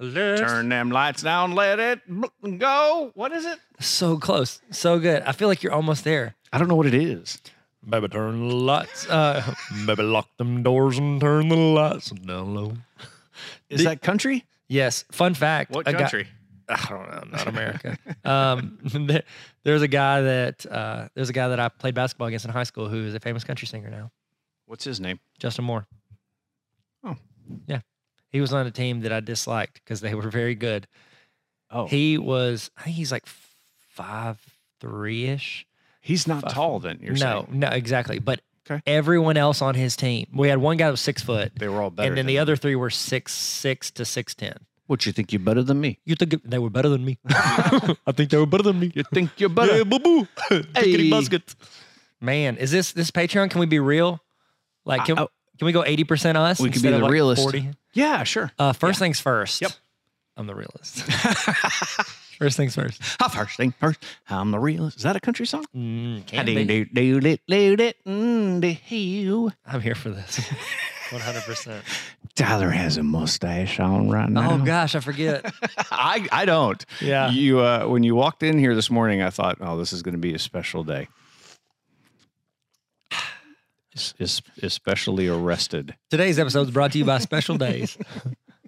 Let's- Turn them lights down, let it bl- go. What is it? So close. So good. I feel like you're almost there. I don't know what it is. Maybe turn the lights. Uh, maybe lock them doors and turn the lights down low. Is that country? Yes. Fun fact. What a guy- country? I don't know. Not America. America. um, there, there's a guy that uh, there's a guy that I played basketball against in high school who is a famous country singer now, What's his name? Justin Moore. Oh. yeah, he was on a team that I disliked because they were very good. Oh, He was, I think he's like five three ish. he's not Fuck. tall then. You're No, saying no, exactly. But Okay. everyone else on his team, we had one guy that was six foot, they were all better. and then than the other three were six six to six ten. What you think you're better than me? You think they were better than me? I think they were better than me. You think you're better? boo boo. Hey. Man, is this this Patreon? Can we be real? Like, can, I- I- can we go eighty percent us? We can be instead the of like realest. 40? yeah, sure. Uh, first things first. Yep. I'm the realist. first things first. Ah, First thing first, I'm the realist. Is that a country song? Mm, I can't do be. do do do do do mm, do you. I'm here for this. One hundred percent. Tyler has a mustache on right now. Oh gosh, I forget. I, I don't. Yeah. You uh, when you walked in here this morning, I thought, oh, this is going to be a special day. Es- es- Especially arrested. Today's episode is brought to you by Special Days,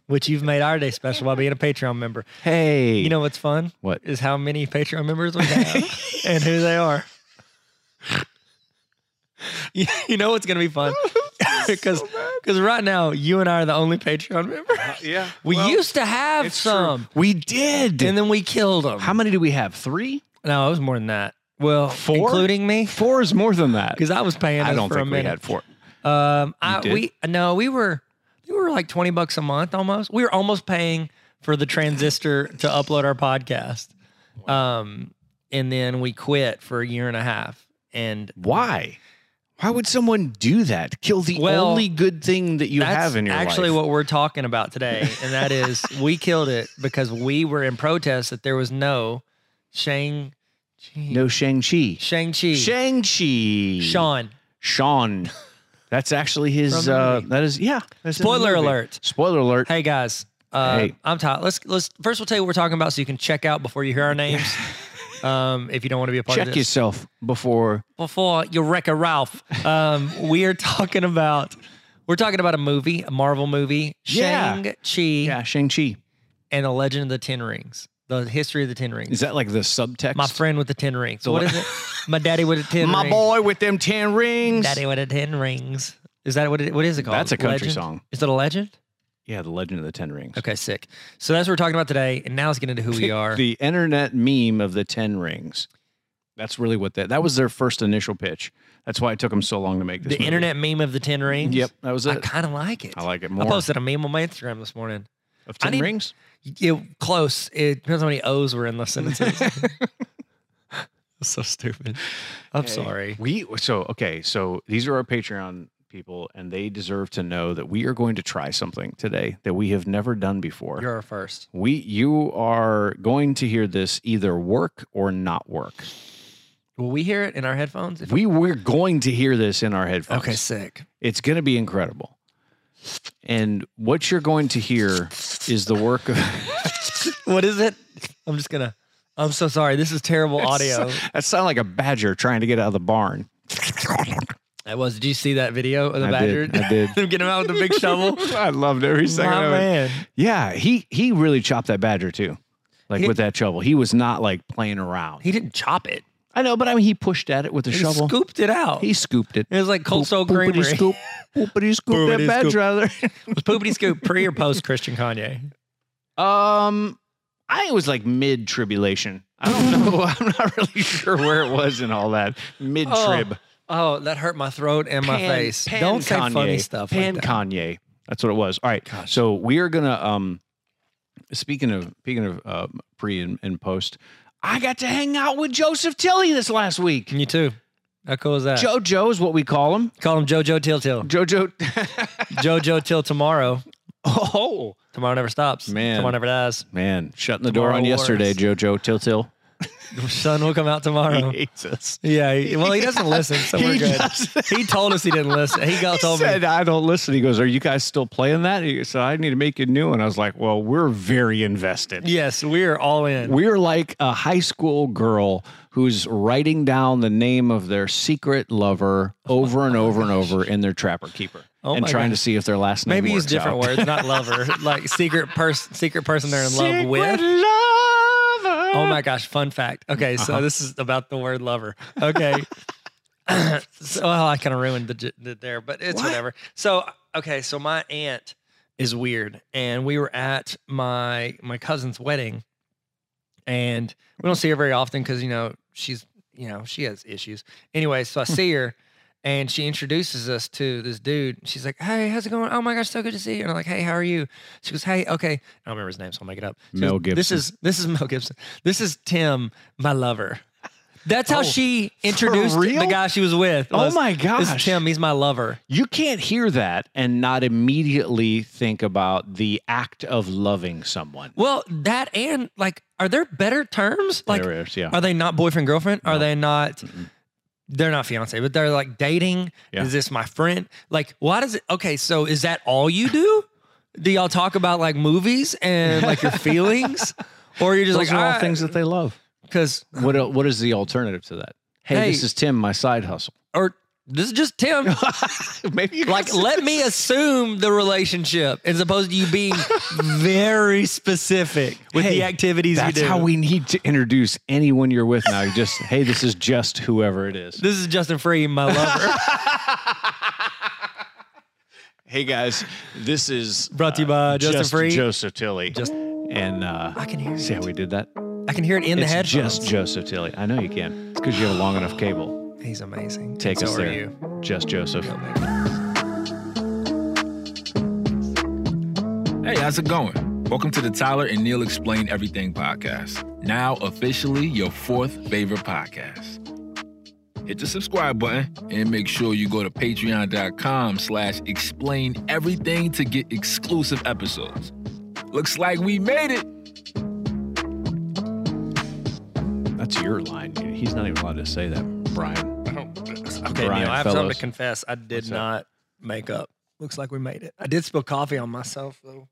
which you've made our day special by being a Patreon member. Hey, You know what's fun what? is how many Patreon members we have and who they are. You- you know what's gonna be fun because because right now you and I are the only Patreon members. Uh, Yeah, We used to have it's true. some, we did. and then we killed them. How many do we have? Three. no, it was more than that. Well, Four? including me, Four is more than that. because I was paying. I us don't for think a we minute. had four. Um, I, did? we no, we were we were like twenty bucks a month almost. We were almost paying for the transistor to upload our podcast, um, and then we quit for a year and a half. And Why? Why would someone do that? Kill the Well, only good thing that you that's have in your actually life. what we're talking about today, and that is we killed it because we were in protest that there was no Shang no Shang Chi. Shang Chi Shang Chi. Sean. Sean. That's actually From his. the Uh, movie. that is yeah. that's in the Spoiler movie. alert. Spoiler alert. Hey guys, uh, Hey. I'm Todd. Let's let's first we'll tell you what we're talking about so you can check out before you hear our names. um, if you don't want to be a part of Check this. yourself before. before you wreck a Ralph. Um, we are talking about we're talking about a movie, a Marvel movie, Yeah. Shang Chi Yeah, Shang Chi. and the Legend of the Ten Rings, the history of the Ten Rings. Is that like the subtext? My friend with the Ten Rings. So what what- is it? My daddy with the Ten My Rings. boy with them ten rings. Daddy with the Ten Rings. Is that what it, what is it called? That's a country Legend? song. Is it a legend? Yeah, the Legend of the Ten Rings. Okay, sick. So that's what we're talking about today. And now let's get into who we are. The internet meme of the ten rings. That's really what that. That was their first initial pitch. That's why it took them so long to make this. the movie. internet meme of the Ten Rings. Yep, that was I it. kind of like it. I like it I more. posted a meme on my Instagram this morning. of I ten need- rings. Yeah, close. It depends how many O's were in the sentences. so stupid. I'm sorry. We so okay, so these are our Patreon people, and they deserve to know that we are going to try something today that we have never done before. You're our first. we you are going to hear this either work or not work. Will we hear it in our headphones? If We we're going to hear this in our headphones. okay, sick. It's gonna be incredible. And what you're going to hear is the work of What is it? I'm just gonna. I'm so sorry. This is terrible audio. that sound like a badger trying to get out of the barn. I was. Did you see that video of the I badger? did. I did. Them getting him out with the big shovel. I loved every second My of it. man. Yeah, he he really chopped that badger too. Like He- with that shovel. He was not like playing around. He didn't chop it. I know, but I mean he pushed at it with a He shovel. scooped it out. He scooped it. it was like cold soul Poopity creamery. scoop. Poopity scoop that Poopity badger scoop. out of there. was poopity scoop pre or post Christian Kanye? Um I think it was like mid tribulation. I don't know. I'm not really sure where it was and all that. Mid trib. Oh, that hurt my throat and my Pan- face. pan Don't say Kanye. funny stuff. Pan like that. Kanye. That's what it was. All right. Gosh. So we are gonna um speaking of speaking of uh, pre and, and post, I got to hang out with Joseph Tilly this last week. You too. How cool is that? JoJo is what we call him. Call him JoJo Till Till. JoJo. JoJo Till Tomorrow. oh Tomorrow never stops. Man. Tomorrow never dies. man, shutting the Tomorrow door on wars. yesterday, JoJo Till Till. Your son will come out tomorrow. hates us. Yeah. he- well, he doesn't listen, so He we're good. doesn't. He told us he didn't listen. He got He told said, me. I don't listen. He goes, Are you guys still playing that? He said, I need to make a new one. I was like, Well, we're very invested. Yes, we are all in. We're like a high school girl who's writing down the name of their secret lover over and over and over in their trapper keeper Oh and my trying gosh. to see if their last name Maybe use works different out. words, not lover. like secret person, secret person they're in love with. Secret lover. Oh my gosh, fun fact. Okay, so this is about the word lover. Okay. so well, I kind of ruined the, j- the there, but it's What? whatever. So okay, so my aunt is weird and we were at my my cousin's wedding and we don't see her very often cuz you know, she's you know, she has issues. Anyway, so I see her and she introduces us to this dude. She's like, "Hey, how's it going? Oh my gosh, so good to see you." And I'm like, "Hey, how are you?" She goes, "Hey, okay." I don't remember his name, so I'll make it up. She Mel goes, This Gibson. is this is Mel Gibson. This is Tim, my lover. That's how Oh, she introduced real? the guy she was with. Oh was, my This gosh." is Tim. He's my lover. You can't hear that and not immediately think about the act of loving someone. Well, that and like, are there better terms? Like, There is, yeah. are they not boyfriend girlfriend? Are No. they not? Mm-mm. They're not fiance, but they're like dating. Yeah. Is this my friend? Like, why does it? Okay, so is that all you do? Do y'all talk about like movies and like your feelings, or you're just Those like "Ah, are all things that they love. because What el- what is the alternative to that? Hey, this Hey. is Tim, my side hustle. or this is just Tim. Maybe you Like, let me assume the relationship as opposed to you being very specific with Hey, the activities That's you do. how we need to introduce anyone you're with now. You Just hey, this is just whoever it is. this is Justin Free, my lover, Hey guys, this is uh, brought to you by Justin just Free. Joseph Tilly. Just- and uh, I can hear see how it. we did that. I can hear it in the it's head. just Joseph Tilly. I know you can. It's because you have a long enough cable. He's amazing. Take so us are there. you. Just Joseph. Hey, how's it going? Welcome to the Tyler and Neil Explain Everything podcast. Now, officially your fourth favorite podcast. Hit the subscribe button and make sure you go to patreon.com slash explain everything to get exclusive episodes. Looks like we made it. That's your line. He's not even allowed to say that, Brian. Okay, Brian Neil, I have something Fellows. to confess. I did What's that? not make up. Looks like we made it. I did spill coffee on myself though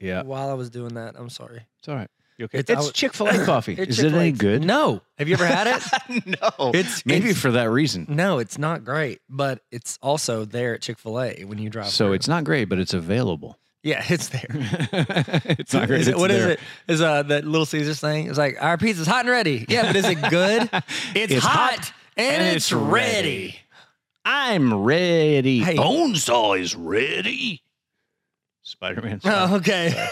Yeah, while I was doing that. I'm sorry. it's all right. You okay? It's- I It's, was- Chick Fil A coffee. It's is it any Chick-fil-A. good? No. Have you ever had it? no. It's- maybe it's- for that reason. no, it's not great, but it's also there at Chick Fil A when you drive. So through. it's not great, but it's available. yeah, it's there. it's not great. Is it, it's what is there. it? Is uh that Little Caesars thing? It's like our pizza's hot and ready. Yeah, but is it good? It's, It's hot, hot and, it's, ready. I'm ready. Hey. Bone saw is ready. Spider Man. Oh, okay.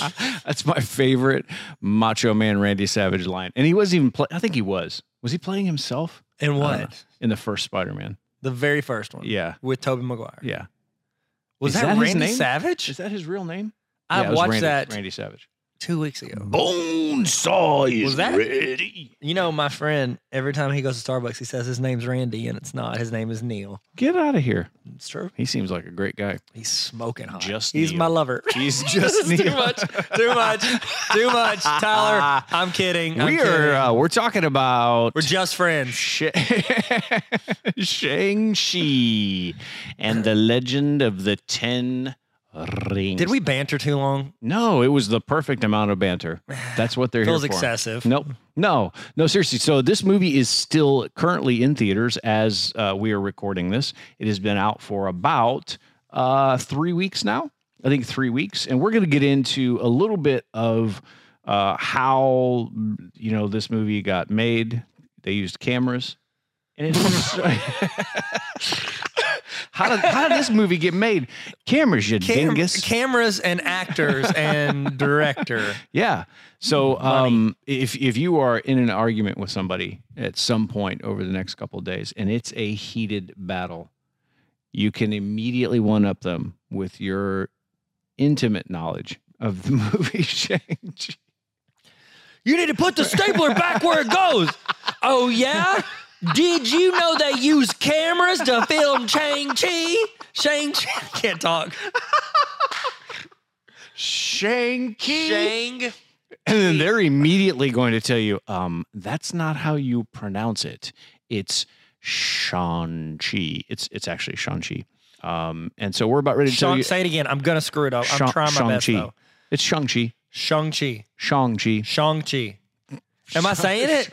That's my favorite Macho Man Randy Savage line. And he wasn't even playing. I think he was. Was he playing himself And don't know. what? in the first Spider Man? The very first one. uh, Yeah. With Toby Maguire. Yeah. Was Is that, that his Randy name? Savage? Is that his real name? I Yeah, it was watched Randy- that Randy Savage. two weeks ago. Bone saw is Was that- ready. You know, my friend, every time he goes to Starbucks, he says his name's Randy, and it's not. His name is Neil. Get out of here. It's true. He seems like a great guy. He's smoking hot. Just He's Neil. my lover. He's this just is too Neil. much. Too much. Too much. Tyler, I'm kidding. I'm Uh, we kidding. are. Uh, we're talking about We're just friends. Sh- Shang-Chi and the Legend of the Ten Rings. Did we banter too long? No, it was the perfect amount of banter. That's what they're Feels here for. excessive. Nope. No, no, seriously. So this movie is still currently in theaters as uh, we are recording this. It has been out for about uh, three weeks now. I think three weeks, and we're going to get into a little bit of uh, how you know this movie got made. They used cameras, and it was. How did, how did this movie get made? Cameras, you Cam- dingus. Cameras and actors and director. Yeah. So Money. um, if if you are in an argument with somebody at some point over the next couple of days, and it's a heated battle, you can immediately one up them with your intimate knowledge of the movie Shang Chi. You need to put the stapler back where it goes. Oh yeah? Did you know they use cameras to film Chang Chi? Shang Chi can't talk. Shang Chi. Shang And then they're immediately going to tell you, um, that's not how you pronounce it. It's Shang-Chi. It's it's actually Shang-Chi. Um, and so we're about ready to tell Shang, you say it again. I'm gonna screw it up. Shang- I'm trying my best Shang-Chi. though. it's Shang-Chi. Shang Chi. Shang-Chi. Shang Chi. Am I saying it?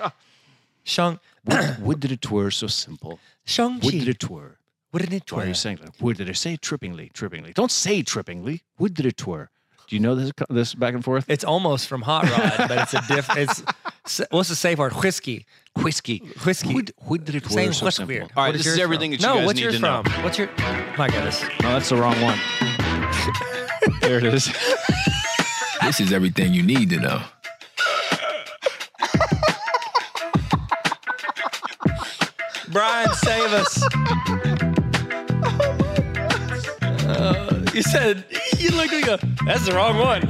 Shang What, what did it were so simple? Shang What did Chi. it were? Wouldn't it Why are work? you saying that? What did I say? Trippingly, trippingly. Don't say trippingly. What did it were? Do you know this this back and forth? It's almost from Hot Rod, but it's a diff. It's s- what's the safe word? Whiskey. Whiskey. Whiskey. What, what did it Saying were so what's simple? weird. All right, What this yours is from? everything that you no, guys what's need yours to know. from? What's your? My goodness. No, that's the wrong one. there it is. This is everything you need to know. Brian, save us. Uh, you said you looked like a. That's the wrong one.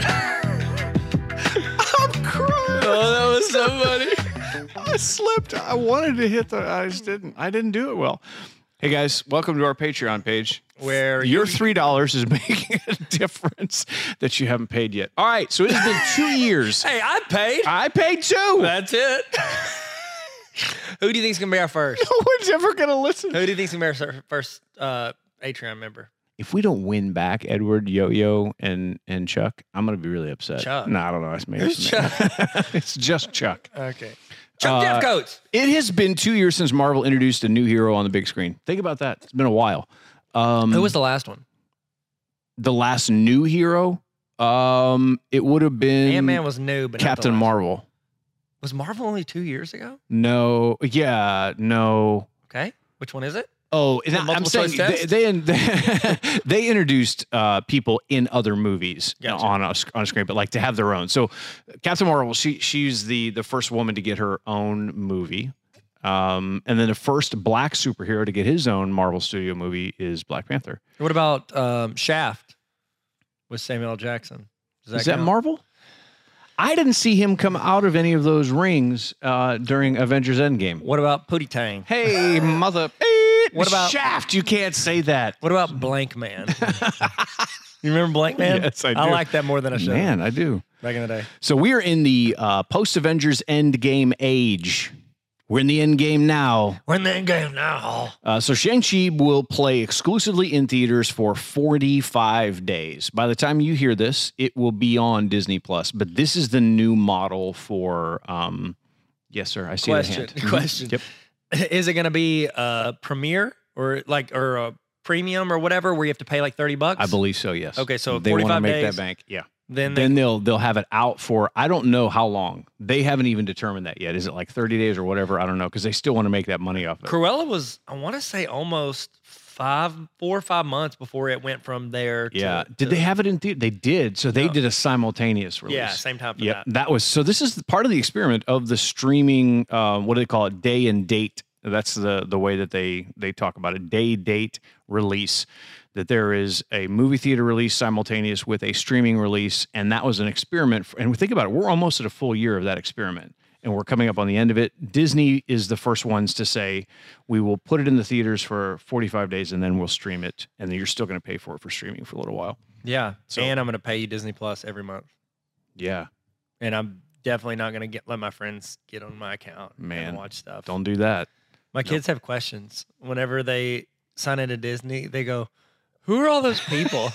I'm crying. Oh, that was so funny. I slipped. I wanted to hit the. I just didn't. I didn't do it well. Hey guys, welcome to our Patreon page. Where your three dollars is making a difference that you haven't paid yet. All right, so it has been two years. Hey, I paid. I paid two. That's it. Who do you think's gonna be our first? No one's ever gonna listen. Who do you think's gonna be our first uh, Patreon member? If we don't win back Edward, Yo Yo, and and Chuck, I'm gonna be really upset. Chuck? No, I don't know. That's me. It's, Chuck? it's just Chuck. Okay. Chuck Uh, Defcoats. It has been two years since Marvel introduced a new hero on the big screen. Think about that. It's been a while. Um, Who was the last one? the last new hero? Um, it would have been Ant Man was new, but not the Captain last. Marvel. Was Marvel only two years ago? No, yeah, no. Okay. Which one is it? Oh, and The I'm multiple saying choice they, test? they, they introduced uh, people in other movies Gotcha. on a, sc- on a screen, but like to have their own. So Captain Marvel, she she's the the first woman to get her own movie, um, and then the first black superhero to get his own Marvel Studio movie is Black Panther. What about um, Shaft with Samuel L. Jackson? Does Is that count? Marvel? I didn't see him come out of any of those rings uh, during Avengers Endgame. What about Pootie Tang? Hey, mother. Eh, What about- Shaft? You can't say that. What about Blank Man? you remember Blank Man? Yes, I I do. like that more than I should Man, I do. back in the day. So we are in the uh, post Avengers Endgame age. We're in the end game now. We're in the end game now. Uh, so Shang-Chi will play exclusively in theaters for 45 days. By the time you hear this, it will be on Disney Plus. But this is the new model for. Um, yes, sir. I see the Question. hand. Mhm. Question. Yep. Is it going to be a premiere or like or a premium or whatever where you have to pay like thirty bucks? I believe so. Yes. Okay, so they wanna 45 make days. that bank. Yeah. Then, they, then they'll they'll have it out for I don't know how long. They haven't even determined that yet. Is it like 30 days or whatever? I don't know because they still want to make that money off it. Cruella was I want to say almost five, four or five months before it went from there. To, Yeah. to- Did they have it in theater? They did. So they Oh. did a simultaneous release. Yeah, same time for Yeah, that. that was so. This is part of the experiment of the streaming. Um, what do they call it? Day and date. That's the the way that they they talk about it. Day date release. That there is a movie theater release simultaneous with a streaming release, and that was an experiment. For, and think about it, we're almost at a full year of that experiment, and we're coming up on the end of it. Disney is the first ones to say we will put it in the theaters for 45 days, and then we'll stream it, and then you're still going to pay for it for streaming for a little while. Yeah. So- and I'm going to pay you Disney Plus every month. Yeah, and I'm definitely not gonna get let my friends get on my account Man, and watch stuff. don't do that. my kids have questions whenever they sign into Disney. They go, "Who are all those people?"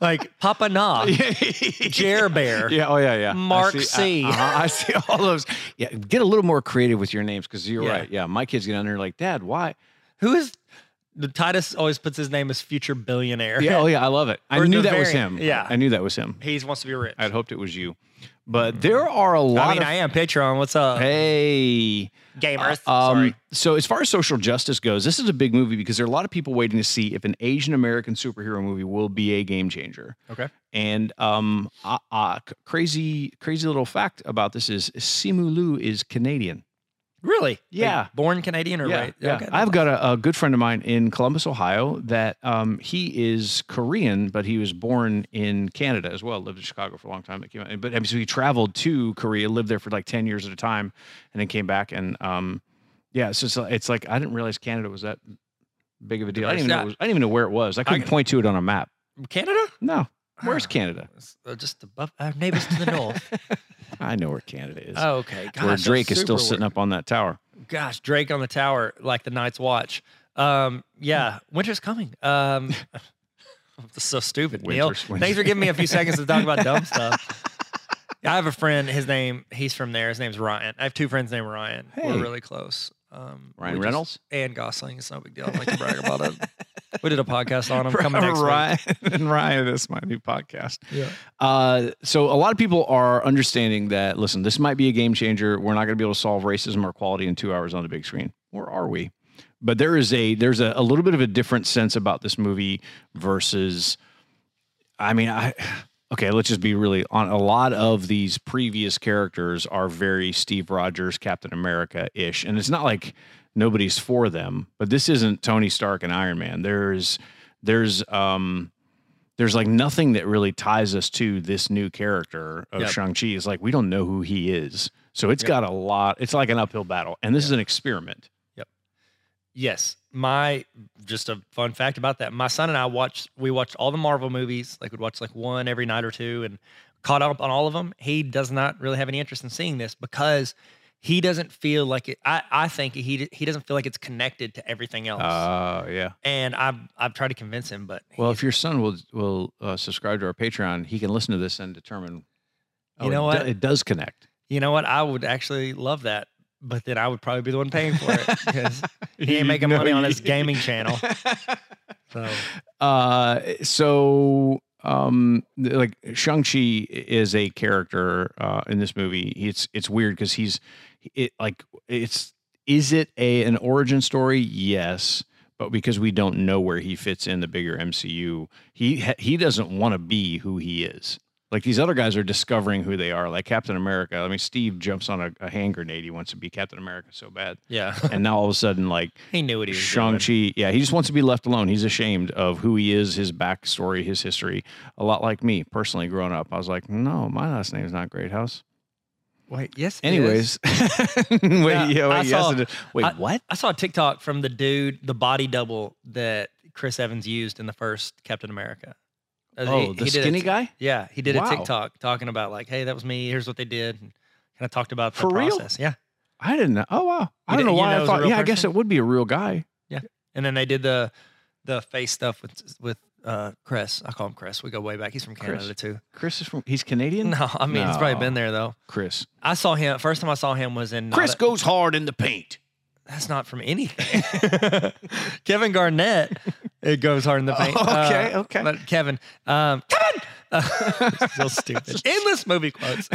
like Papa Na, Jer Bear. Yeah. Oh, yeah, yeah. I Mark see- C. I, uh-huh, I see all those. Yeah. Get a little more creative with your names because you're Yeah. right. Yeah. My kids get on there like, Dad, why? Who is the Titus? Always puts his name as future billionaire. Yeah. Oh, yeah. I love it. I Or knew the that was variant. him. Yeah. I knew that was him. he wants to be rich. I'd hoped it was you. But there are a lot Mm-hmm. I mean, of. I am Patreon. What's up, Hey, gamers? Um, Sorry. So, as far as social justice goes, this is a big movie because there are a lot of people waiting to see if an Asian American superhero movie will be a game changer. Okay. And um, uh, uh, c- crazy, crazy little fact about this is Simu Liu is Canadian. Really? Like, yeah. born Canadian or right? Okay. I've got a, a good friend of mine in Columbus, Ohio, that um, he is Korean, but he was born in Canada as well. Lived in Chicago for a long time. That came out, but I mean, so he traveled to Korea, lived there for like ten years at a time, and then came back. And um, yeah, so it's, it's like I didn't realize Canada was that big of a deal. I didn't even know. It was, I didn't even know where it was. I couldn't I- point to it on a map. Canada. No, Where's Canada? It's, uh, just above our neighbors to the north. I know where Canada is. Oh, okay. Gosh, where that's Drake is still super sitting weird. up on that tower. Gosh, Drake on the tower, like the Night's Watch. Um, yeah, Hmm. winter's coming. Um, that's so stupid, Neil. Winter's- winter- Thanks for giving me a few seconds to talk about dumb stuff. I have a friend. His name, he's from there. His name's Ryan. I have two friends named Ryan. Hey. We're really close. Um, Ryan we just- Reynolds? and Gosling. It's no big deal. I don't like to brag about it. We did a podcast on him coming next week. Ryan and Ryan, that's my new podcast. Yeah. Uh, so a lot of people are understanding that. Listen, this might be a game changer. We're not going to be able to solve racism or equality in two hours on the big screen, or are we? But there is a there's a, a little bit of a different sense about this movie versus. I mean, I okay. Let's just be really on. A lot of these previous characters are very Steve Rogers, Captain America ish, and it's not like nobody's for them. But this isn't Tony Stark and Iron Man. There's there's um there's like nothing that really ties us to this new character of Yep. Shang Chi. It's like we don't know who he is, so it's got a lot. It's like an uphill battle, and this is an experiment. Yes. My just a fun fact about that. My son and I watched we watched all the Marvel movies. Like we'd watch like one every night or two and caught up on all of them. He does not really have any interest in seeing this because he doesn't feel like it I, I think he he doesn't feel like it's connected to everything else. Uh, yeah. and I've I've tried to convince him, but Well, if your son will will uh, subscribe to our Patreon, he can listen to this and determine. oh, You know it do- what? it does connect. you know what? I would actually love that. But then I would probably be the one paying for it because he ain't making money on his gaming channel. So Uh, so um, th- like Shang Chi is a character uh, in this movie. It's it's weird because he's it like it's is it a an origin story? Yes, but because we don't know where he fits in the bigger MCU, he ha- he doesn't want to be who he is. Like these other guys are discovering who they are. Like Captain America. I mean, Steve jumps on a, a hand grenade. He wants to be Captain America so bad, yeah, and now all of a sudden, like he knew what he was doing. Shang-Chi, yeah, he just wants to be left alone. He's ashamed of who he is, his backstory, his history. A lot like me personally growing up. I was like, no, my last name's not Great House. Wait, yes. it is. Anyways. wait, I yeah, wait, yes, saw- it is. wait I- what? I saw a TikTok from the dude, the body double that Chris Evans used in the first Captain America. Uh, he- Oh, he the did a skinny t- guy? Yeah, he did Wow. a TikTok talking about like, "Hey, that was me. Here's what they did." And kind of talked about the For real? process. Yeah, I didn't know. Oh wow. You I don't didn't- know you why know it I was a thought real yeah, I guess person? it would be a real guy. and then they did the the face stuff with with uh, Chris. I call him Chris. We go way back. He's from Chris. Canada too. Chris is from he's Canadian? No, I mean he's probably been No. there though. Chris. I saw him first time I saw him was in not Chris a- goes hard in the paint. that's not from anything. Kevin Garnett, it goes hard in the paint. Okay, Uh, okay. But Kevin, um, Kevin, uh, still stupid. Endless movie quotes.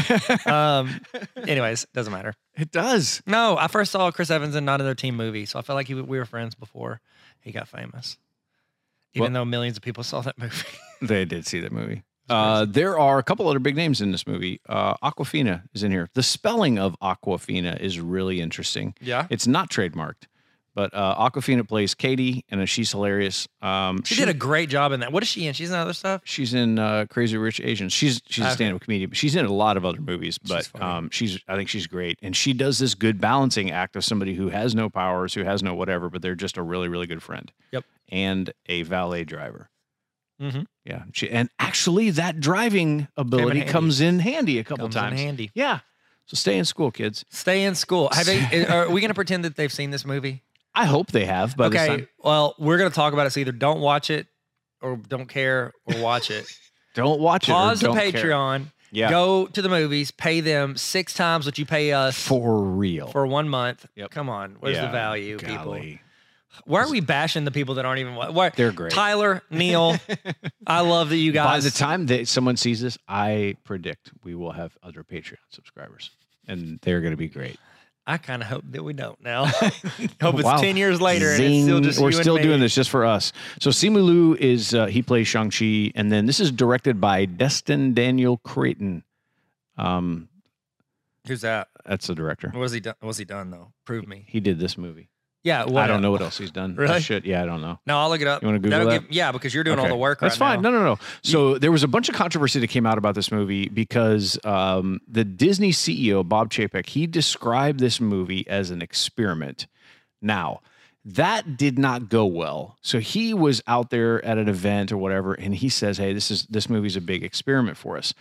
Um, anyways, doesn't matter. It does. No, I first saw Chris Evans in not another team movie, so I felt like he, we were friends before he got famous. Even though millions of people saw that movie. They did see that movie. Uh, there are a couple other big names in this movie. Uh, Aquafina is in here. The spelling of Aquafina is really interesting. Yeah, It's not trademarked, but uh, Aquafina plays Katie, and she's hilarious. Um, she, did a great job in that. What is she in? She's in other stuff. She's in uh, Crazy Rich Asians. She's she's a Okay. stand-up comedian. But she's in a lot of other movies, but She's funny. um, she's I think she's great, and she does this good balancing act of somebody who has no powers, who has no whatever, but they're just a really really good friend. Yep. And a valet driver. Mhm. Yeah, she, and actually that driving ability handy. comes in handy a couple Comes times. in handy. Yeah. So stay in school, kids. Stay in school. Have they, are we going to pretend that they've seen this movie? I hope they have by this time. Well, we're gonna talk about it. So either don't watch it, or don't care, or watch it. Don't watch Pause it. the or don't care. Patreon. Yeah. Go to the movies. Pay them six times what you pay us for, for real. one month. Yep. Come on, where's Yeah, the value, people? golly. Why are we bashing the people that aren't even? wa- Why? They're great. Tyler, Neil, I love that you By guys. the time that someone sees this, I predict we will have other Patreon subscribers, and they're going to be great. I kind of hope that we don't now. hope it's Wow. ten years later and it's still Zing. just we're you and still me. doing this just for us. So Simu Liu is uh, he plays Shang Chi, and then this is directed by Destin Daniel Creighton. Um, Who's that? that's the director. What was he done? Was he done though? Prove me. He did this movie. Yeah. What I don't know what else he's done. I Really? should- yeah, I don't know. No, I'll look it up. You wanna Google That'll that? give- yeah, because you're doing all Okay. the work. That's right fine. Now. No, no, no. So there was a bunch of controversy that came out about this movie because um, the Disney E CEO Bob Chapek he described this movie as an experiment. Now, That did not go well. So he was out there at an event or whatever, and he says, "Hey, this is this movie's a big experiment for us."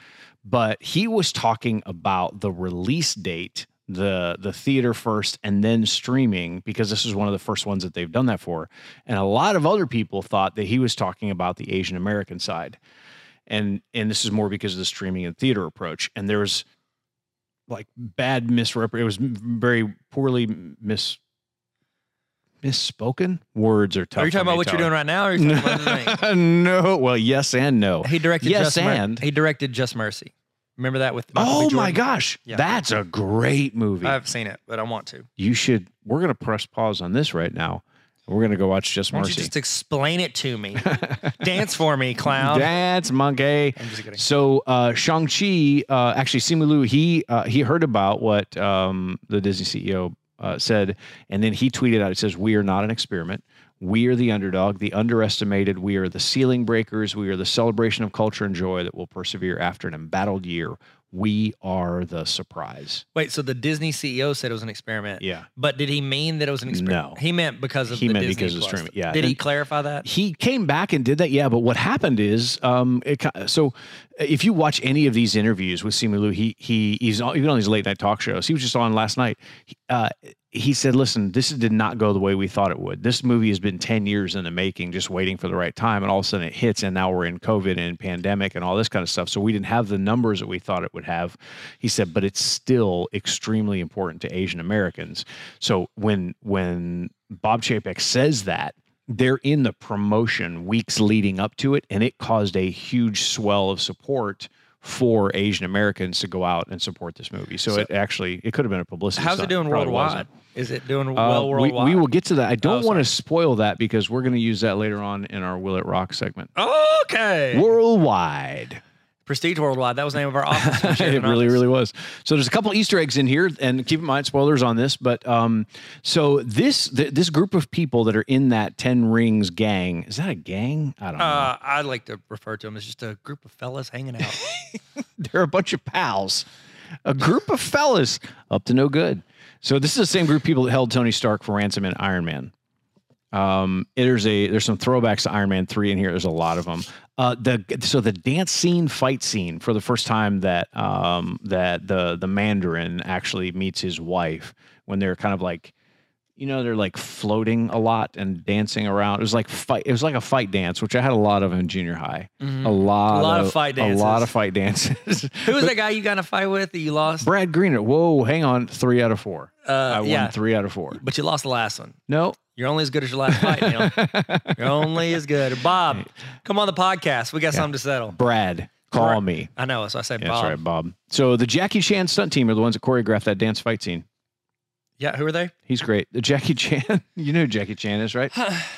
But he was talking about the release date, the the theater first, and then streaming because this is one of the first ones that they've done that for. And a lot of other people thought that he was talking about the Asian American side and and this is more because of the streaming and theater approach and there was like bad misrep it was m- very poorly mis misspoken words are tough Are you talking about what you're doing right now? Or are you talking about the thing? right no well yes and no He directed Yes, Just Mer- and- he directed Just Mercy. Remember that with Michael B. oh my Jordan? gosh Yeah. that's a great movie I haven't seen it, but I want to. you should we're gonna press pause on this right now and we're gonna go watch just Why don't mercy you just explain it to me? Dance for me, clown. That's monkey. I'm just kidding. So uh, Shang Chi, uh, actually Simu Liu, he uh, he heard about what um, the Disney CEO uh, said, and then he tweeted out. It says, "We are not an experiment. We are the underdog, the underestimated. We are the ceiling breakers. We are the celebration of culture and joy that will persevere after an embattled year. We are the surprise." Wait, so the Disney CEO said it was an experiment. Yeah. But did he mean that it was an experiment? No. He meant because of He the meant Disney because of the Plus. streaming, yeah. Did he And- clarify that? He came back and did that, yeah. But what happened is, um, it, ki- so if you watch any of these interviews with Simu Liu, he he he's on, even on these late night talk shows. He was just on last night. He, uh, he said, "Listen, this did not go the way we thought it would. This movie has been ten years in the making, just waiting for the right time, and all of a sudden it hits. And now we're in COVID and pandemic and all this kind of stuff. So we didn't have the numbers that we thought it would have." He said, "But it's still extremely important to Asian Americans." So when when Bob Chapek says that they're in the promotion weeks leading up to it, and it caused a huge swell of support for Asian Americans to go out and support this movie. So, it actually it could have been a publicity. How's it stunt. doing Probably worldwide? wasn't. Is it doing Uh, well we, worldwide? we will get to that. I Oh, don't sorry. want to spoil that because we're going to use that later on in our Will It Rock segment. okay. Worldwide. Prestige Worldwide. That was the name of our office. We shared it an really, office. really was. So there's a couple Easter eggs in here, and keep in mind spoilers on this. But um, so this th- this group of people that are in that Ten Rings gang is that a gang? I don't know. Uh, I like to refer to them as just a group of fellas hanging out. they're a bunch of pals, a group of fellas up to no good. So this is the same group of people that held Tony Stark for ransom in Iron Man. Um, there's a there's some throwbacks to Iron Man three in here. There's a lot of them. Uh, the so the dance scene, fight scene for the first time that um that the the Mandarin actually meets his wife when they're kind of like. You know they're like floating a lot and dancing around. It was like fight. It was like a fight dance, which I had a lot of in junior high. A lot, Mm-hmm. lot of of, fight A lot dances. of fight dances. Who was that guy you got in a fight with that you lost? Brad Greener. Whoa, hang on. Three out of four. Uh, I won yeah, three out of four. but you lost the last one. No. You're only as good as your last fight, Neil. You're only as good. Bob, come on the podcast. We got something to settle. Brad, call Correct. me. I know, so I said Yeah, Bob. That's right, Bob. So the Jackie Chan stunt team are the ones that choreographed that dance fight scene. Yeah, who are they? He's great. The Jackie Chan, you know who Jackie Chan is, right? I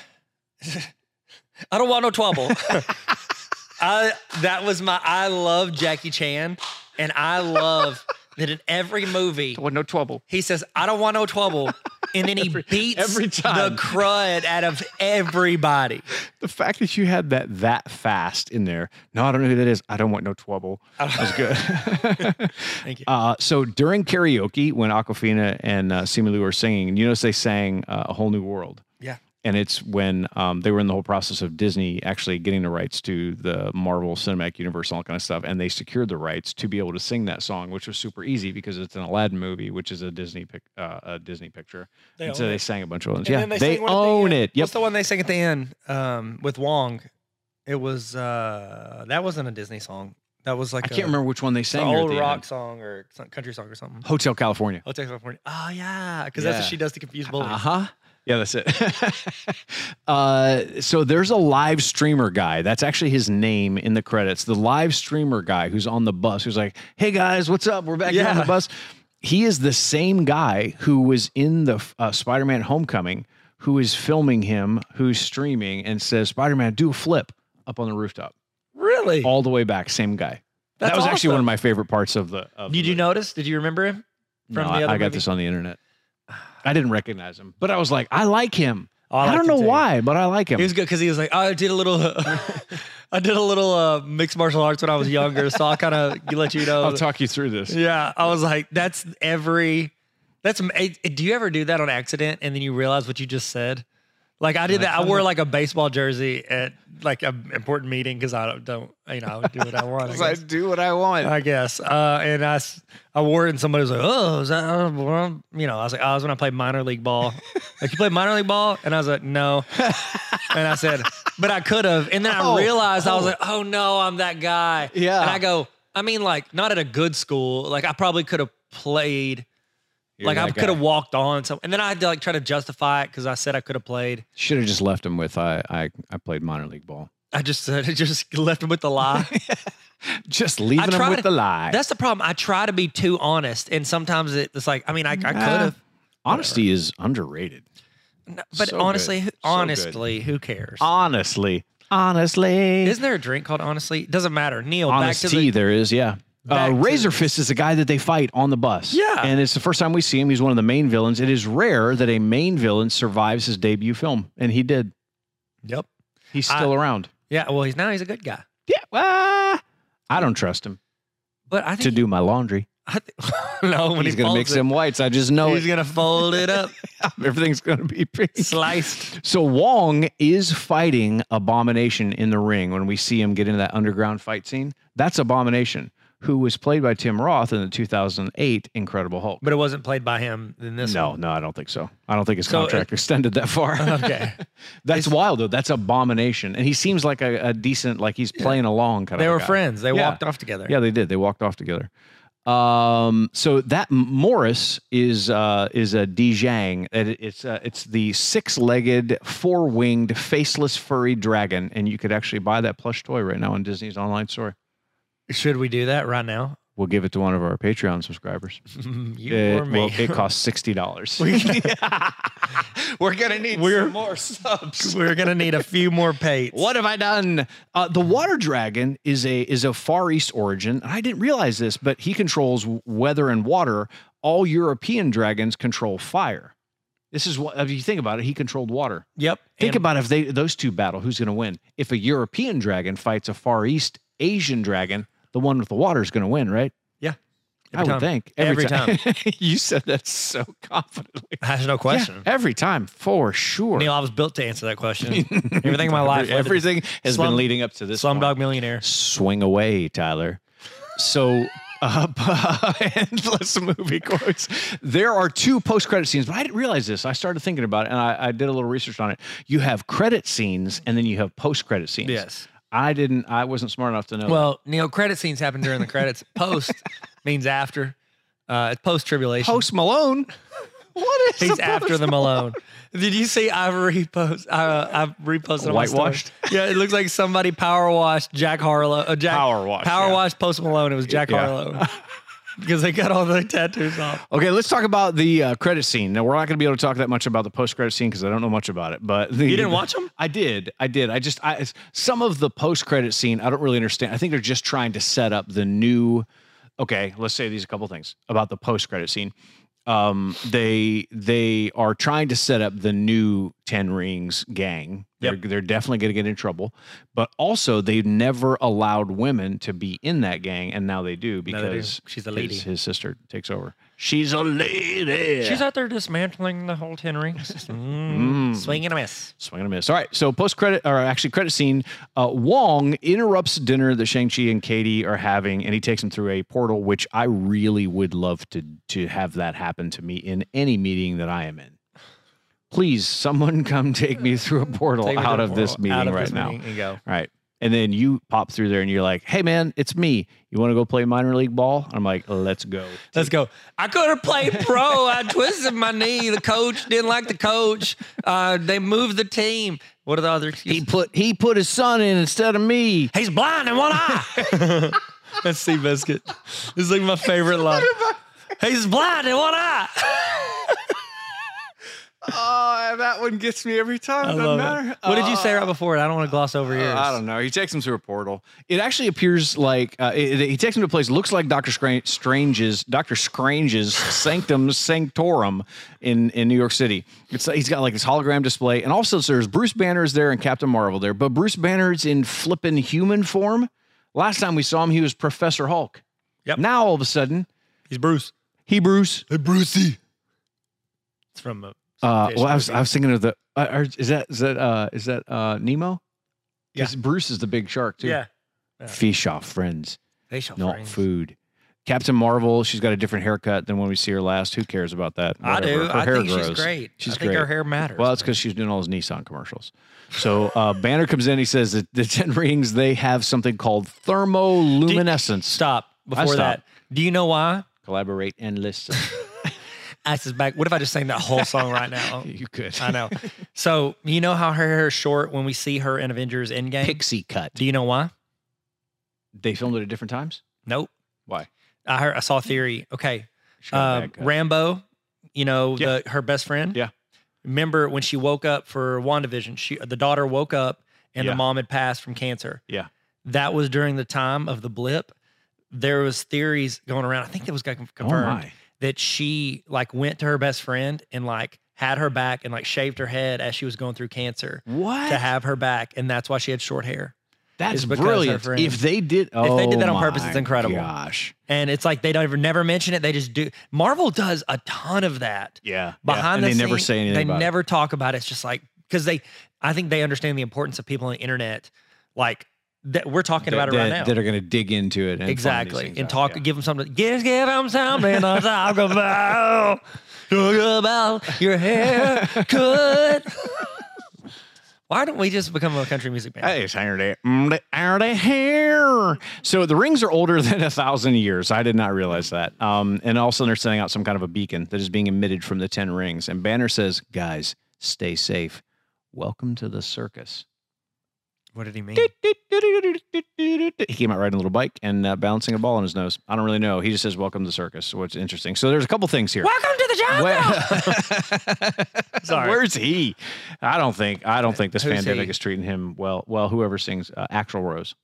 don't want no trouble. I that was my I love Jackie Chan and I love that in every movie Well, no trouble. he says I don't want no trouble and then he beats every time. the crud out of everybody. The fact that you had that that fast in there. No, I don't know who that is. I don't want no trouble. That was good. Thank you. Uh, so during karaoke, when Aquafina and uh, Simu Liu were singing, you notice they sang uh, A Whole New World. Yeah. and it's when um, they were in the whole process of Disney actually getting the rights to the Marvel Cinematic Universe, all that kind of stuff, and they secured the rights to be able to sing that song, which was super easy because it's an Aladdin movie, which is a Disney pic- uh, a Disney picture. They and so own they it. sang a bunch of ones. And Yeah, then they, sang one at the own end. it. Yep. What's the one they sang at the end um, with Wong? It was uh, that wasn't a Disney song. That was like I a can't remember which one they sang. an there at uh, old the rock end. song or some country song or something. Hotel California. Hotel California. Oh yeah, because that's what Yeah. she does to confuse bullies. Uh huh. Yeah, that's it. uh, so there's a live streamer guy. That's actually his name in the credits. The live streamer guy who's on the bus, who's like, "Hey guys, what's up? We're back here on the Yeah. bus." He is the same guy who was in the uh, Spider-Man: Homecoming, who is filming him, who's streaming, and says, "Spider-Man, do a flip up on the rooftop, Really? all the way back." Same guy. that That's was actually one of awesome. my favorite parts of the. Of Did the you notice? Did you remember him? no, from I- the other I got movie? this on the internet. I didn't recognize him, but I was like, I like him. Oh, I, liked don't him know too. why, but I like him. He was good because he was like, I did a little, I did a little uh, mixed martial arts when I was younger, so I'll kind of let you know. I'll talk you through this. yeah, I was like, that's every. That's. am- eh, eh, Do you ever do that on accident and then you realize what you just said? Like I did that. I wore like a baseball jersey at like an important meeting because I don't, don't, you know, I would do what I want. I 'Cause I guess. do what I want. I guess. Uh, and I, s- I wore it, and somebody was like, "Oh, is that?" uh, well," You know, I was like, "Oh, it was when I played minor league ball." like you played minor league ball, and I was like, "No," and I said, "But I could have." And then Oh, I realized I was like, "Oh no, I'm that guy." Yeah. And I go, I mean, like not at a good school. Like I probably could have played. You're like I that could have guy. walked on some, and then I had to like try to justify it because I said I could have played. Should have just left him with I I I played minor league ball. I just said just left him with the lie. Just leaving him tried with to- the lie. That's the problem. I try to be too honest, and sometimes it- it's like I mean I, I could Nah. have. Honesty is underrated. No, but So honestly, good. who- So good. honestly, who cares? Honestly, honestly, Isn't there a drink called Honestly? Doesn't matter. Neil, back to honesty the. there is. Yeah. Back Uh, to Razor the- Fist is the guy that they fight on the bus. Yeah. And it's the first time we see him. He's one of the main villains. It is rare that a main villain survives his debut film, and he did. Yep. He's I- still around. Yeah. Well, he's now he's a good guy, Yeah. ah, I don't trust him but I to think do my laundry. I th- no when he's he going to folds mix it, them whites. I just know He's it. gonna fold it up, Everything's going to be pink. sliced. So Wong is fighting Abomination in the ring when we see him get into that underground fight scene. That's Abomination, who was played by Tim Roth in the 2008 Incredible Hulk. But it wasn't played by him in this. No, one. no, I don't think so. I don't think his So, uh, contract extended that far. Okay. That's wild though. That's Abomination, and he seems like a, a decent, like he's playing along kind they of. a were guy. friends. They Yeah. walked off together. Yeah, they did. They walked off together. Um, so that M- Morris is uh, is a Dijang. It, it's uh, it's the six-legged, four-winged, faceless, furry dragon, and you could actually buy that plush toy right now on Disney's online store. Should we do that right now? We'll give it to one of our Patreon subscribers. you It- or me? Uh, Well, it costs sixty dollars. We're gonna need some more subs. We're gonna need a few more pates. What have I done? Uh, the water dragon is a is a Far East origin. I didn't realize this, but he controls weather and water. All European dragons control fire. This is what if you think about it. He controlled water. Yep. Think and- about if they those two battle, who's going to win? If a European dragon fights a Far East Asian dragon, the one with the water is going to win, right? Yeah. I Every time. would think Every you said that so confidently. That's no Yeah, question. every time for sure. Neil, I was built to answer that question. Everything in my life. led to everything has Slum- been leading up to this. point. Slumdog Millionaire. Swing away, Tyler. So, uh, endless movie quotes. There are two post credit scenes, but I didn't realize this. I started thinking about it and I, I did a little research on it. You have credit scenes and then you have post credit scenes. Yes. I didn't, I wasn't smart enough to know. Well, Neil, credit scenes happen during the credits. Post means after. Uh, it's post that. tribulation. Post Malone. What is He's the after post- them alone. Did you see? I've repost. Uh, I've reposted. on my story. Whitewashed? Yeah, it looks like somebody power washed Jack Harlow. Uh, Jack Power washed, Power yeah. washed Post Malone. It was Jack Yeah. Harlow because they got all the tattoos off. Okay, let's talk about the uh, credit scene. Now, we're not going to be able to talk that much about the post credit scene because I don't know much about it. But the, You didn't watch them? I did. I did. I just I some of the post credit scene I don't really understand. I think they're just trying to set up the new okay, let's say these a couple things about the post credit scene. Um they they are trying to set up the new 10 rings gang. They're they're definitely going to get in trouble, but also they've never allowed women to be in that gang and now they No, they do. do because She's a his- lady. His, sister takes over. She's a lady. She's out there dismantling the whole ten rings. Mm. Mm, Swing and a miss. Swing and a miss. All right. So post credit, or actually credit scene, uh, Wong interrupts dinner that Shang Chi and Katie are having, and he takes them through a portal, which I really would love to to have that happen to me in any meeting that I am in. Please, someone come take me through a portal Take me to out the of this portal, meeting out of right this now. meeting and go. All right. And then you pop through there, and you're like, "Hey, man, it's me. You want to go play minor league ball?" I'm like, "Let's go." Let's go. I could have played pro. I twisted my knee. The coach didn't like the coach. Uh, they moved the team. What are the other excuses? put he put his son in instead of me. He's blind in one eye. That's Sea Biscuit. This is like my favorite line. He's blind in one eye. Oh, that one gets me every time. Oh, I love it. What did you say right before it? I don't want to gloss over yours. Uh, I don't know. He takes him through a portal. It actually appears like uh, it, it- he takes him to a place that looks like Doctor Scrange, Strange's Doctor Strange's Sanctum Sanctorum in in New York City. It's he's got like this hologram display, and also there's Bruce Banner's there and Captain Marvel there, but Bruce Banner's in flippin' human form. Last time we saw him, he was Professor Hulk. Yep. Now all of a sudden, He's Bruce. he Bruce. Hey, Brucey. It's from a Uh, Jason well, I was Voorhees. I was thinking of the uh, or is that is that uh, is that uh, Nemo? Because Bruce is the big shark too. Yeah. Yeah. Fish off friends, Facial not frames. food. Captain Marvel, she's got a different haircut than when we see her last. Who cares about that? I do. Whatever. Her I hair think she's grows. great. She's I think her great. hair matters. Well, that's because she's doing all those Nissan commercials. So uh, Banner comes in. He says that the ten rings they have something called thermoluminescence. stop before that. stopped. Do you know why? Collaborate and listen. Ass is back. What if I just sang that whole song right now? you could. I know. So you know how her hair is short when we see her in Avengers Endgame. Pixie cut. Do you know why? They filmed it at different times. Nope. Why? I heard. I saw a theory. Okay. Shot Um, back up. Rambo. You know Yeah. the her best friend. Yeah. Remember when she woke up for WandaVision? She the daughter woke up and Yeah. the mom had passed from cancer. Yeah. That was during the time of the blip. There was theories going around. I think that was got Oh confirmed. my. that she like went to her best friend and like had her back and like shaved her head as she was going through cancer What? to have her back, and that's why she had short hair. That's is because her brilliant. friend- If they did, oh they did that on purpose, my it's incredible. Gosh, And it's like they don't ever never mention it. They just do. Marvel does a ton of that yeah. behind and the they never scene, say anything. They about it. never talk about it. It's just like because they, I think they understand the importance of people on the internet. Like that we're talking about it that, right that- now. That are going to dig into it and find these Exactly. things And out, talk, yeah. give them something. Give, give them something to talk about. Talk about your haircut. Why don't we just become a country music band? Hey, it's Saturday. Mm, Saturday here. So the rings are older than a thousand years. I did not realize that. Um, and also they're sending out some kind of a beacon that is being emitted from the ten rings. And Banner says, "Guys, stay safe. Welcome to the circus." What did he mean? He came out riding a little bike and uh, balancing a ball on his nose. I don't really know. He just says, "Welcome to the circus," which is interesting. So there's a couple things here. Welcome to the jungle. Where- Sorry. Where's he? I don't think. I don't think this Who's pandemic he? is treating him well. Well, whoever sings uh, "Actual Rose,"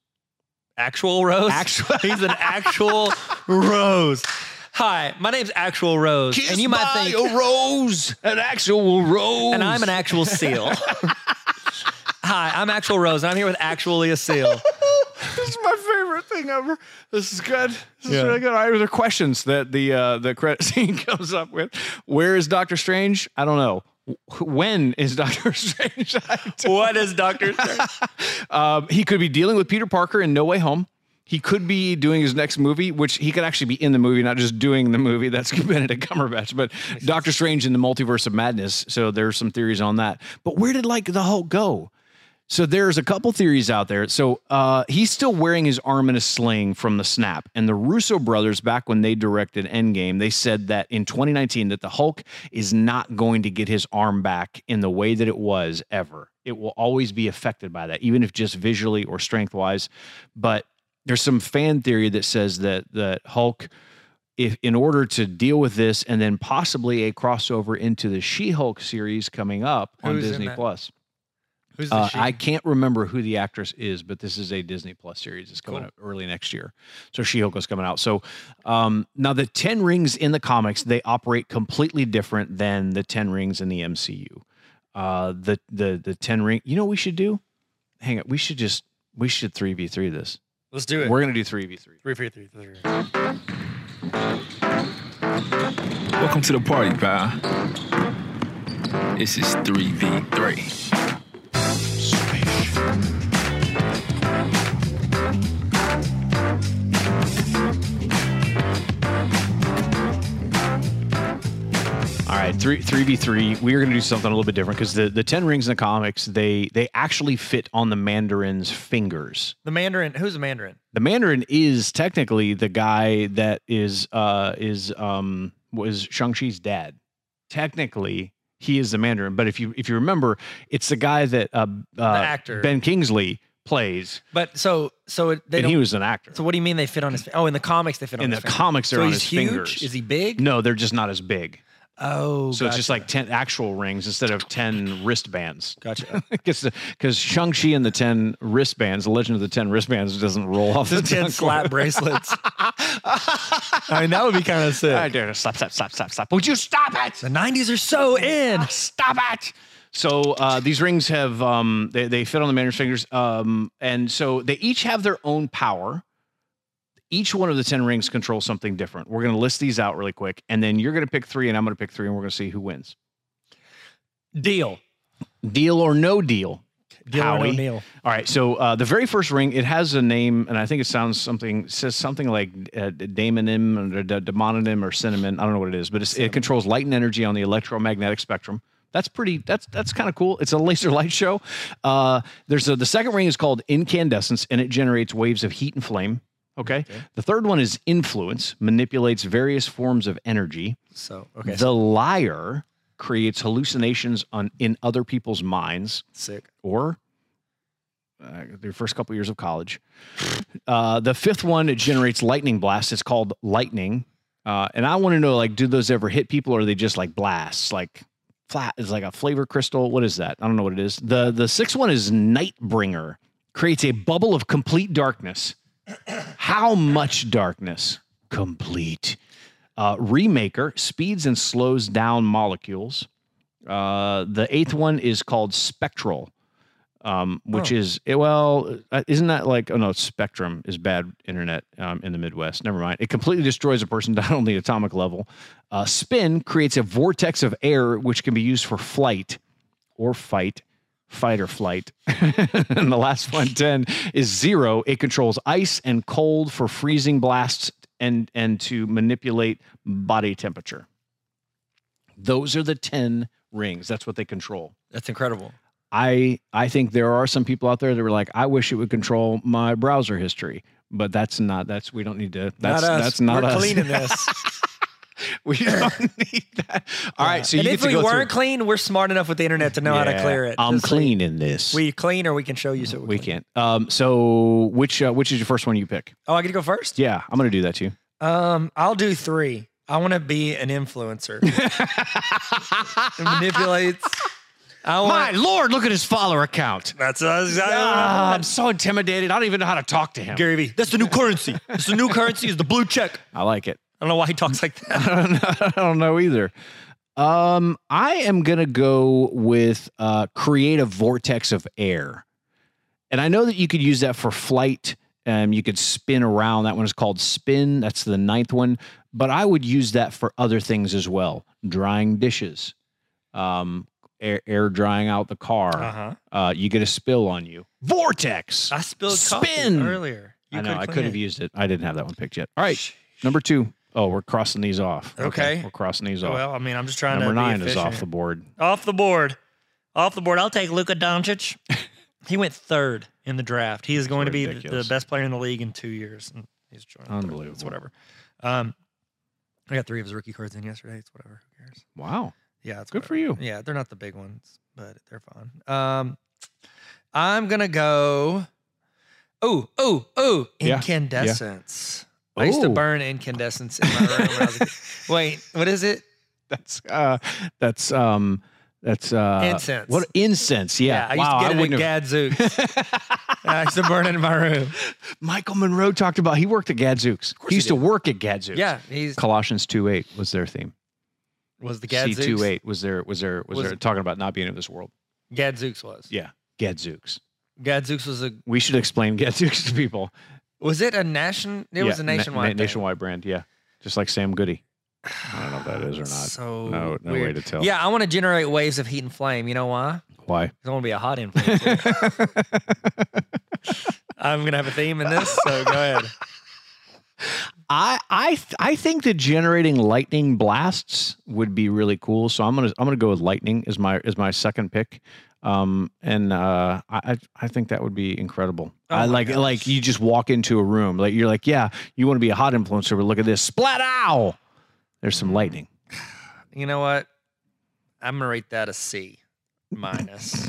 Actual Rose. Actual- He's an actual Rose. Hi, my name's Actual Rose, and you might think, a rose, an actual rose, and I'm an actual seal. Hi, I'm Actual Rose, and I'm here with Actually a Seal. this is my favorite thing ever. This is good. This Yeah. is really good. I the questions that the uh, the credit scene comes up with. Where is Doctor Strange? I don't know. Wh- When is Doctor Strange? I don't- what is Doctor? um, he could be dealing with Peter Parker in No Way Home. He could be doing his next movie, which he could actually be in the movie, not just doing the movie. That's Benedict Cumberbatch, but Doctor Strange in the Multiverse of Madness. So there's some theories on that. But where did like the Hulk go? So there's a couple theories out there. So uh, he's still wearing his arm in a sling from the snap. And the Russo brothers, back when they directed Endgame, they said that in 2019 that the Hulk is not going to get his arm back in the way that it was ever. It will always be affected by that, even if just visually or strength wise. But there's some fan theory that says that that Hulk if in order to deal with this and then possibly a crossover into the She-Hulk series coming up on Who's in Disney that? Plus. Who's Uh, I can't remember who the actress is, but this is a Disney Plus series. It's coming Cool. up early next year. So She-Hulk is coming out. So um, now the Ten Rings in the comics they operate completely different than the Ten Rings in the MCU. Uh, the the the Ten Ring. You know what we should do? Hang on. We should just we should three v three this. Let's do it. We're gonna do three v three. Three, three, three, three. Welcome to the party, pal. This is 3v3. All right, three three v three. We are going to do something a little bit different because the, the ten rings in the comics they they actually fit on the Mandarin's fingers. The Mandarin. Who's the Mandarin? The Mandarin is technically the guy that is uh is um was Shang Chi's dad. Technically, he is the Mandarin. But if you if you remember, it's the guy that uh, The uh actor. Ben Kingsley plays, But so so it- they and don't. he was an actor. so what do you mean they fit on his? fi- Oh, in the comics they fit on In his the finger. comics, they're so on he's his huge? fingers. Is he big? no, they're just not as big. Oh, So it's just gotcha. like ten actual rings instead of ten wristbands. gotcha. because Shang Chi and the Ten Wristbands, the Legend of the Ten Wristbands, doesn't roll off the Ten tongue. slap bracelets. I mean, that would be kind of I sick. dare to slap, slap, slap, slap, slap. Would you stop it? The '90s are so in. Stop it! So uh, these rings have um, they, they fit on the Mandarin's fingers, um, and so they each have their own power. Each one of the ten rings controls something different. We're going to list these out really quick, and then you're going to pick three, and I'm going to pick three, and we're going to see who wins. Deal. Deal or no deal. Deal or Howie. no deal. All right, so uh, the very first ring, it has a name, and I think it sounds something says something like uh, daemonym or d- demononym or cinnamon. I don't know what it is, but it's, it controls light and energy on the electromagnetic spectrum. That's pretty. That's that's kind of cool. It's a laser light show. Uh, there's a, the second ring is called incandescence, and it generates waves of heat and flame. Okay. The third one is influence, manipulates various forms of energy. So okay, The liar creates hallucinations on in other people's minds sick. or uh, their first couple years of college. Uh, the fifth one it generates lightning blasts. It's called lightning, uh, and I want to know like, do those ever hit people, or are they just like blasts, like flat? Is like a flavor crystal. What is that? I don't know what it is. the The sixth one is Nightbringer. Creates a bubble of complete darkness. How much darkness? Complete. Uh, Remaker speeds and slows down molecules. Uh, the eighth one is called Spectral, um, which is eh, well, uh, isn't that like oh no, Spectrum is bad internet um, in the Midwest. Never mind. It completely destroys a person down on the atomic level. Uh, spin creates a vortex of air which can be used for flight or fight. Fight or flight. and the last one, 10, is zero. It controls ice and cold for freezing blasts and and to manipulate body temperature. Those are the 10 rings. That's what they control. That's incredible. I I think there are some people out there that were like, I wish it would control my browser history, but that's not. That's we don't need to. That's not us. that's not We're us. cleaning this. We don't need that. All right, so you and get if to we go weren't through- clean, we're smart enough with the internet to know how to Yeah, Um, clear it. I'm Just so clean in this. We clean, or we can show you so we're we clean. can't. Um. So which uh, which is your first one you pick? Oh, I get to go first. Yeah, I'm gonna do that too. Um, I'll do three. I want to be an influencer. It manipulates. I My want. lord, look at his follower count. That's uh, us. Ah, I'm so intimidated. I don't even know how to talk to him. Gary Vee. That's the new currency. That's the new currency. Is the blue check. I like it. I don't know why he talks like that. I don't know, I don't know either. Um, I am gonna go with uh, create a vortex of air, and I know that you could use that for flight. Um, you could spin around. That one is called spin. That's the ninth one. But I would use that for other things as well. Drying dishes, um, air, air drying out the car. Uh-huh. Uh, you get a spill on you. Vortex. I spilled Spin. coffee earlier. You I know. I clean could have it. used it. I didn't have that one picked yet. All right. Number two. Oh, we're crossing these off. Okay. We're crossing these off. Well, I mean, I'm just trying Number to. be nine is off the efficient. board. off the board. Off the board. I'll take Luka Doncic. he went third in the draft. He is going to be the- ridiculous. the best player in the league in two years. And he's joining third. Unbelievable. It's whatever. Um, I got three of his rookie cards in yesterday. It's whatever. Who cares? Wow. Yeah, it's Good whatever. for you. Yeah, they're not the big ones, but they're fine. Um, I'm gonna go. Oh, oh, oh! Yeah, yeah. Incandescence. I used to Ooh. burn incandescence in my room. When I was a kid. Wait, what is it? That's uh that's um that's uh Incense. What incense, yeah. I wow, used to wouldn't get have- it at Gadzooks. I used to burn it in my room. Michael Monroe talked about he worked at Gadzooks. course he He used to work at Gadzooks. Yeah, he's Colossians 2 8 was their theme. was the C Gadzooks. two eight was their was their was, Was- their talking about not being of this world. Gadzooks was. Yeah. Gadzooks. Gadzooks was a We should explain Gadzooks to people. was it a nation? It was a Yeah, na- nationwide. na- thing. nationwide brand, yeah. Just like Sam Goody. I don't know if that is or not. So no no weird. way to tell. Yeah, I want to generate waves of heat and flame. You know why? Why? I want to be a hot influencer. I'm gonna have a theme in this, so go ahead. I I th- I think that generating lightning blasts would be really cool. So I'm gonna I'm gonna go with lightning as my as my second pick. Um, and uh, I I- I think that would be incredible. Oh I my like gosh. like you just walk into a room like you're like yeah you want to be a hot influencer but look at this splat ow there's Mm. some lightning. You know what? I'm gonna rate that a C minus.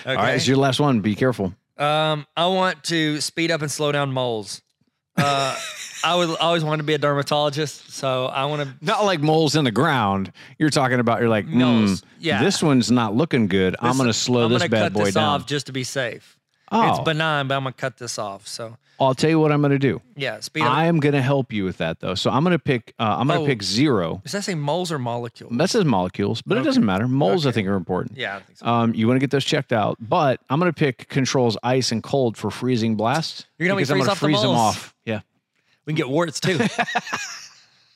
Okay. All right, it's your last one. Be careful. um, I want to speed up and slow down moles. Uh, I would I always wanted to be a dermatologist, so I want to Not like moles in the ground. You're talking about you're like mm, nose. yeah, this one's not looking good. I'm This- gonna slow I'm this gonna bad cut boy this down. off just to be safe. It's oh, benign, but I'm gonna cut this off. So I'll tell you what I'm gonna do. yeah, speed up. I am going to help you with that though. So I'm going to pick. Uh, I'm going to Oh. pick zero. Does that say moles or molecules? That says molecules, but it doesn't matter. Moles, I Okay. think, are important. yeah, I think so. Um, you want to get those checked out, but I'm going to pick controls ice and cold for freezing blasts. You're gonna make because I'm freeze gonna off the freeze them moles. off. Yeah. we can get warts too.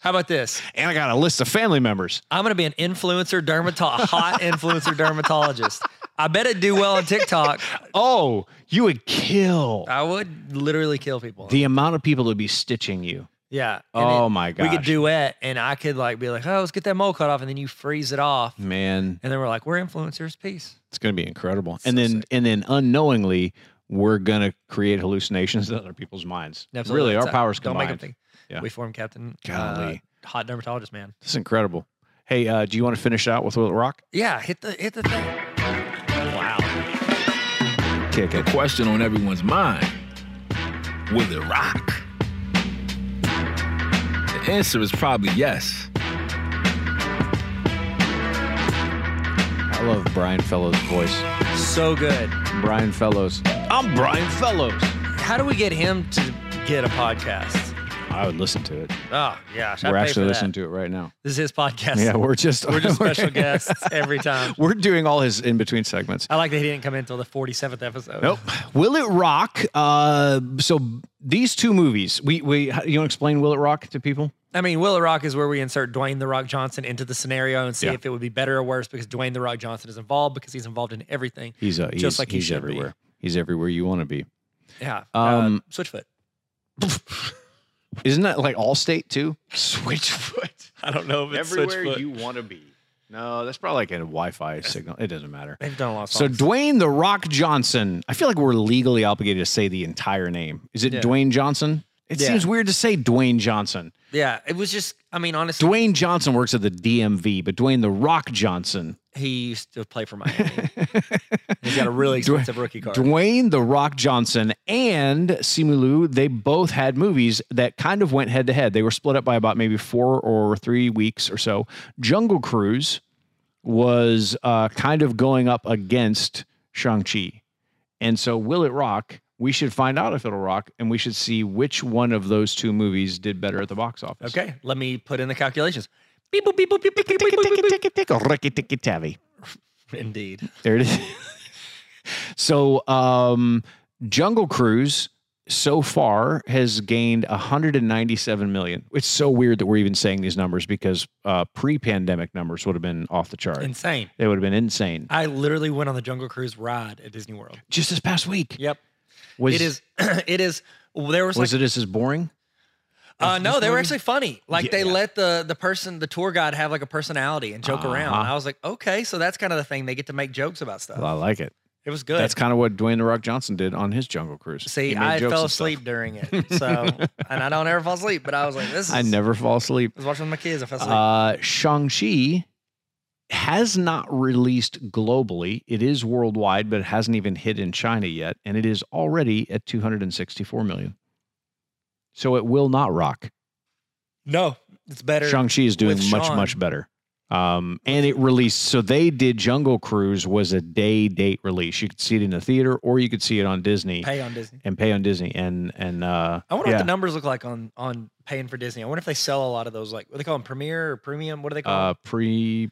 How about this? And I got a list of family members. I'm gonna be an influencer dermatologist, hot influencer dermatologist. I bet it'd do well on TikTok. Oh, you would kill I would literally kill people. the amount of people that would be stitching you. yeah. and Oh then my We gosh. could duet, and I could like be like, "Oh, let's get that mole cut off," and then you freeze it off, Mm. Man, and then we're like, "We're influencers." Peace. it's going to be incredible. So and then sick. and then unknowingly, we're going to create hallucinations in other people's minds. Really, our It's- powers Don't combined. make them think. Yeah. We form Captain. uh, Golly. hot dermatologist man. It's incredible. Hey, uh, do you want to finish out with Will It Rock? Yeah, hit the hit the thing. Wow. Kick The it. question on everyone's mind Will it rock? The answer is probably yes. I love Brian Fellows' voice. So good. Brian Fellows. I'm Brian Fellows. How do we get him to get a podcast? I would listen to it. Oh gosh, I'd pay we're for actually that. listening to it right now. This is his podcast. Yeah, we're just we're just special guests every time. We're doing all his in between segments. I like that he didn't come in until the 47th episode. Nope. Will it rock? Uh, so these two movies. We we you want to explain Will it rock to people? I mean, Will It Rock is where we insert Dwayne The Rock Johnson into the scenario and see Yeah. if it would be better or worse because Dwayne The Rock Johnson is involved because he's involved in everything. He's uh, he's, Just like he he's should be. everywhere. He's everywhere you want to be. Yeah. Um, uh, Switchfoot. Isn't that like Allstate too? Switchfoot. I don't know if want to be. No, that's probably like a Wi-Fi signal. It doesn't matter. They've done a lot of So songs. Dwayne the Rock Johnson. I feel like we're legally obligated to say the entire name. Is it Yeah. Dwayne Johnson? It Yeah. seems weird to say Dwayne Johnson. yeah, it was just, I mean, honestly, Dwayne Johnson works at the DMV, but Dwayne the Rock Johnson. he used to play for Miami. he's got a really expensive rookie card. Dwayne the Rock Johnson and Simu Liu, they both had movies that kind of went head to head. They were split up by about maybe four or three weeks or so. Jungle Cruise was uh, kind of going up against Shang-Chi. And so, will it rock? We should find out if it'll rock, and we should see which one of those two movies did better at the box office. Okay, let me put in the calculations. Beep, boop, beep, boop, beep, beep, beep, boop, boop, boop, boop. Okay. Indeed. There it is. so, um, Jungle Cruise so far has gained 197 million. It's so weird that we're even saying these numbers because uh, pre-pandemic numbers would have been off the chart. Insane. they would have been insane. I literally went on the Jungle Cruise ride at Disney World. Just this past week, Yep. was it is. it is. There was, was like, it as as boring? uh, no, they were funny? actually funny. Like they Yeah. let the the person, the tour guide, have like a personality and joke around. Uh-huh. I was like, okay, so that's kind of the thing. They get to make jokes about stuff. Well, I like it. It was good. That's kind of what Dwayne the Rock Johnson did on his Jungle Cruise. He See, made I jokes fell and stuff. asleep during it, so and I don't ever fall asleep. But I was like, this. Is, I never fall asleep. I was watching with my kids. I fell asleep. Uh, Shang-Chi has not released globally. It is worldwide, but it hasn't even hit in China yet. And it is already at 264 million. So it will not rock. no, it's better. Shang-Chi is doing with much, Sean. much better. Um, and it released. So they did Jungle Cruise was a day date release. You could see it in the theater or you could see it on Disney Pay on Disney. and pay on Disney. And, and, uh, I wonder yeah. what the numbers look like on on paying for Disney. I wonder if they sell a lot of those. Like, what do they call them? Premiere or premium? What do they call? uh, them? pre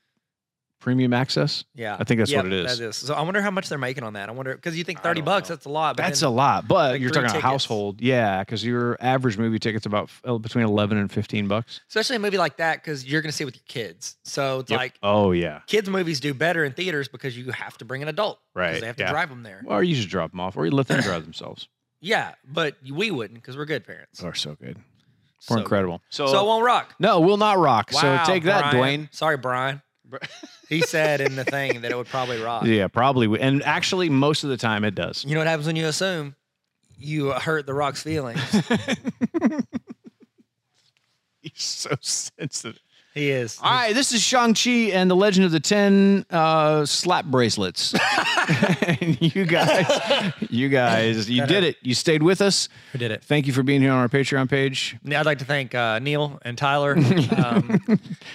premium access. Yeah, I think that's what it is. That is. So I wonder how much they're making on that. I wonder because you think I thirty don't bucks know. that's a lot. but That's then- a lot, but like you're three talking about tickets. household, yeah, because your average movie ticket's about f- uh, between eleven and fifteen bucks. especially a movie like that because you're going to see it with your kids. So it's Yep. like Oh yeah, kids movies do better in theaters because you have to bring an adult. 'cause Right, They have to yeah. drive them there. or you just drop them off, or you let them drive themselves. Yeah, but we wouldn't because we're good parents. They're so good, So, we're incredible. So, so it won't rock. no, we'll not rock. Wow, so take that, Brian. Dwayne. Sorry, Brian. he said in the thing that it would probably rock. Yeah, probably, w- and actually, most of the time it does. You know what happens when you assume you hurt the rock's feelings. He's so sensitive. he is. All right, this is Shang Chi and the Legend of the Ten uh, Slap Bracelets. and you guys, you guys, you did it. You stayed with us. Who did it? Thank you for being here on our Patreon page. I'd like to thank uh, Neil and Tyler. Um,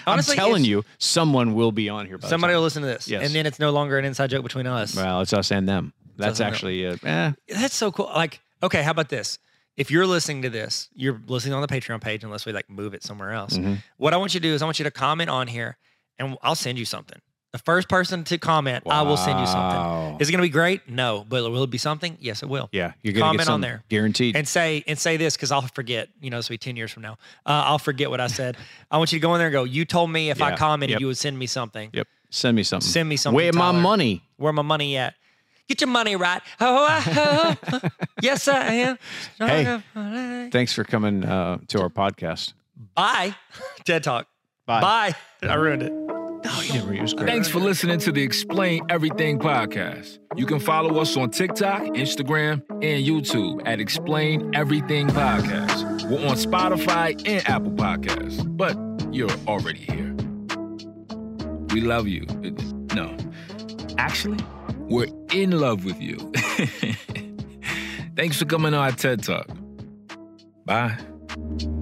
honestly, I'm telling it's- you, someone will be on here. By somebody the will time. listen to this, Yes. and then it's no longer an inside joke between us. Well, it's us and them. That's us and them. actually uh, eh, That's so cool. Like, okay, how about this? If you're listening to this, you're listening on the Patreon page, unless we like move it somewhere else. Mhm. What I want you to do is I want you to comment on here, and I'll send you something. The first person to comment, I will send you something. Wow. Is it going to be great? No, but will it be something? Yes, it will. Yeah, you're gonna Comment get on something there. guaranteed. And say and say this because I'll forget. You know, this will be ten years from now. Uh, I'll forget what I said. I want you to go in there and go. You told me if Yeah. I commented, Yep. you would send me something. yep, send me something. Send me something, Where my Tyler. money? Where my money at? Get your money right. Oh, I- oh, yes, I am. Hey. Thanks for coming uh, to our podcast. Bye. TED Talk. Bye. Bye. I ruined it. No, you didn't. It was great. Thanks for listening to the Explain Everything podcast. You can follow us on TikTok, Instagram, and YouTube at Explain Everything Podcast. We're on Spotify and Apple Podcasts, but you're already here. We love you. No, actually, we're in love with you. Thanks for coming to our TED Talk. Bye.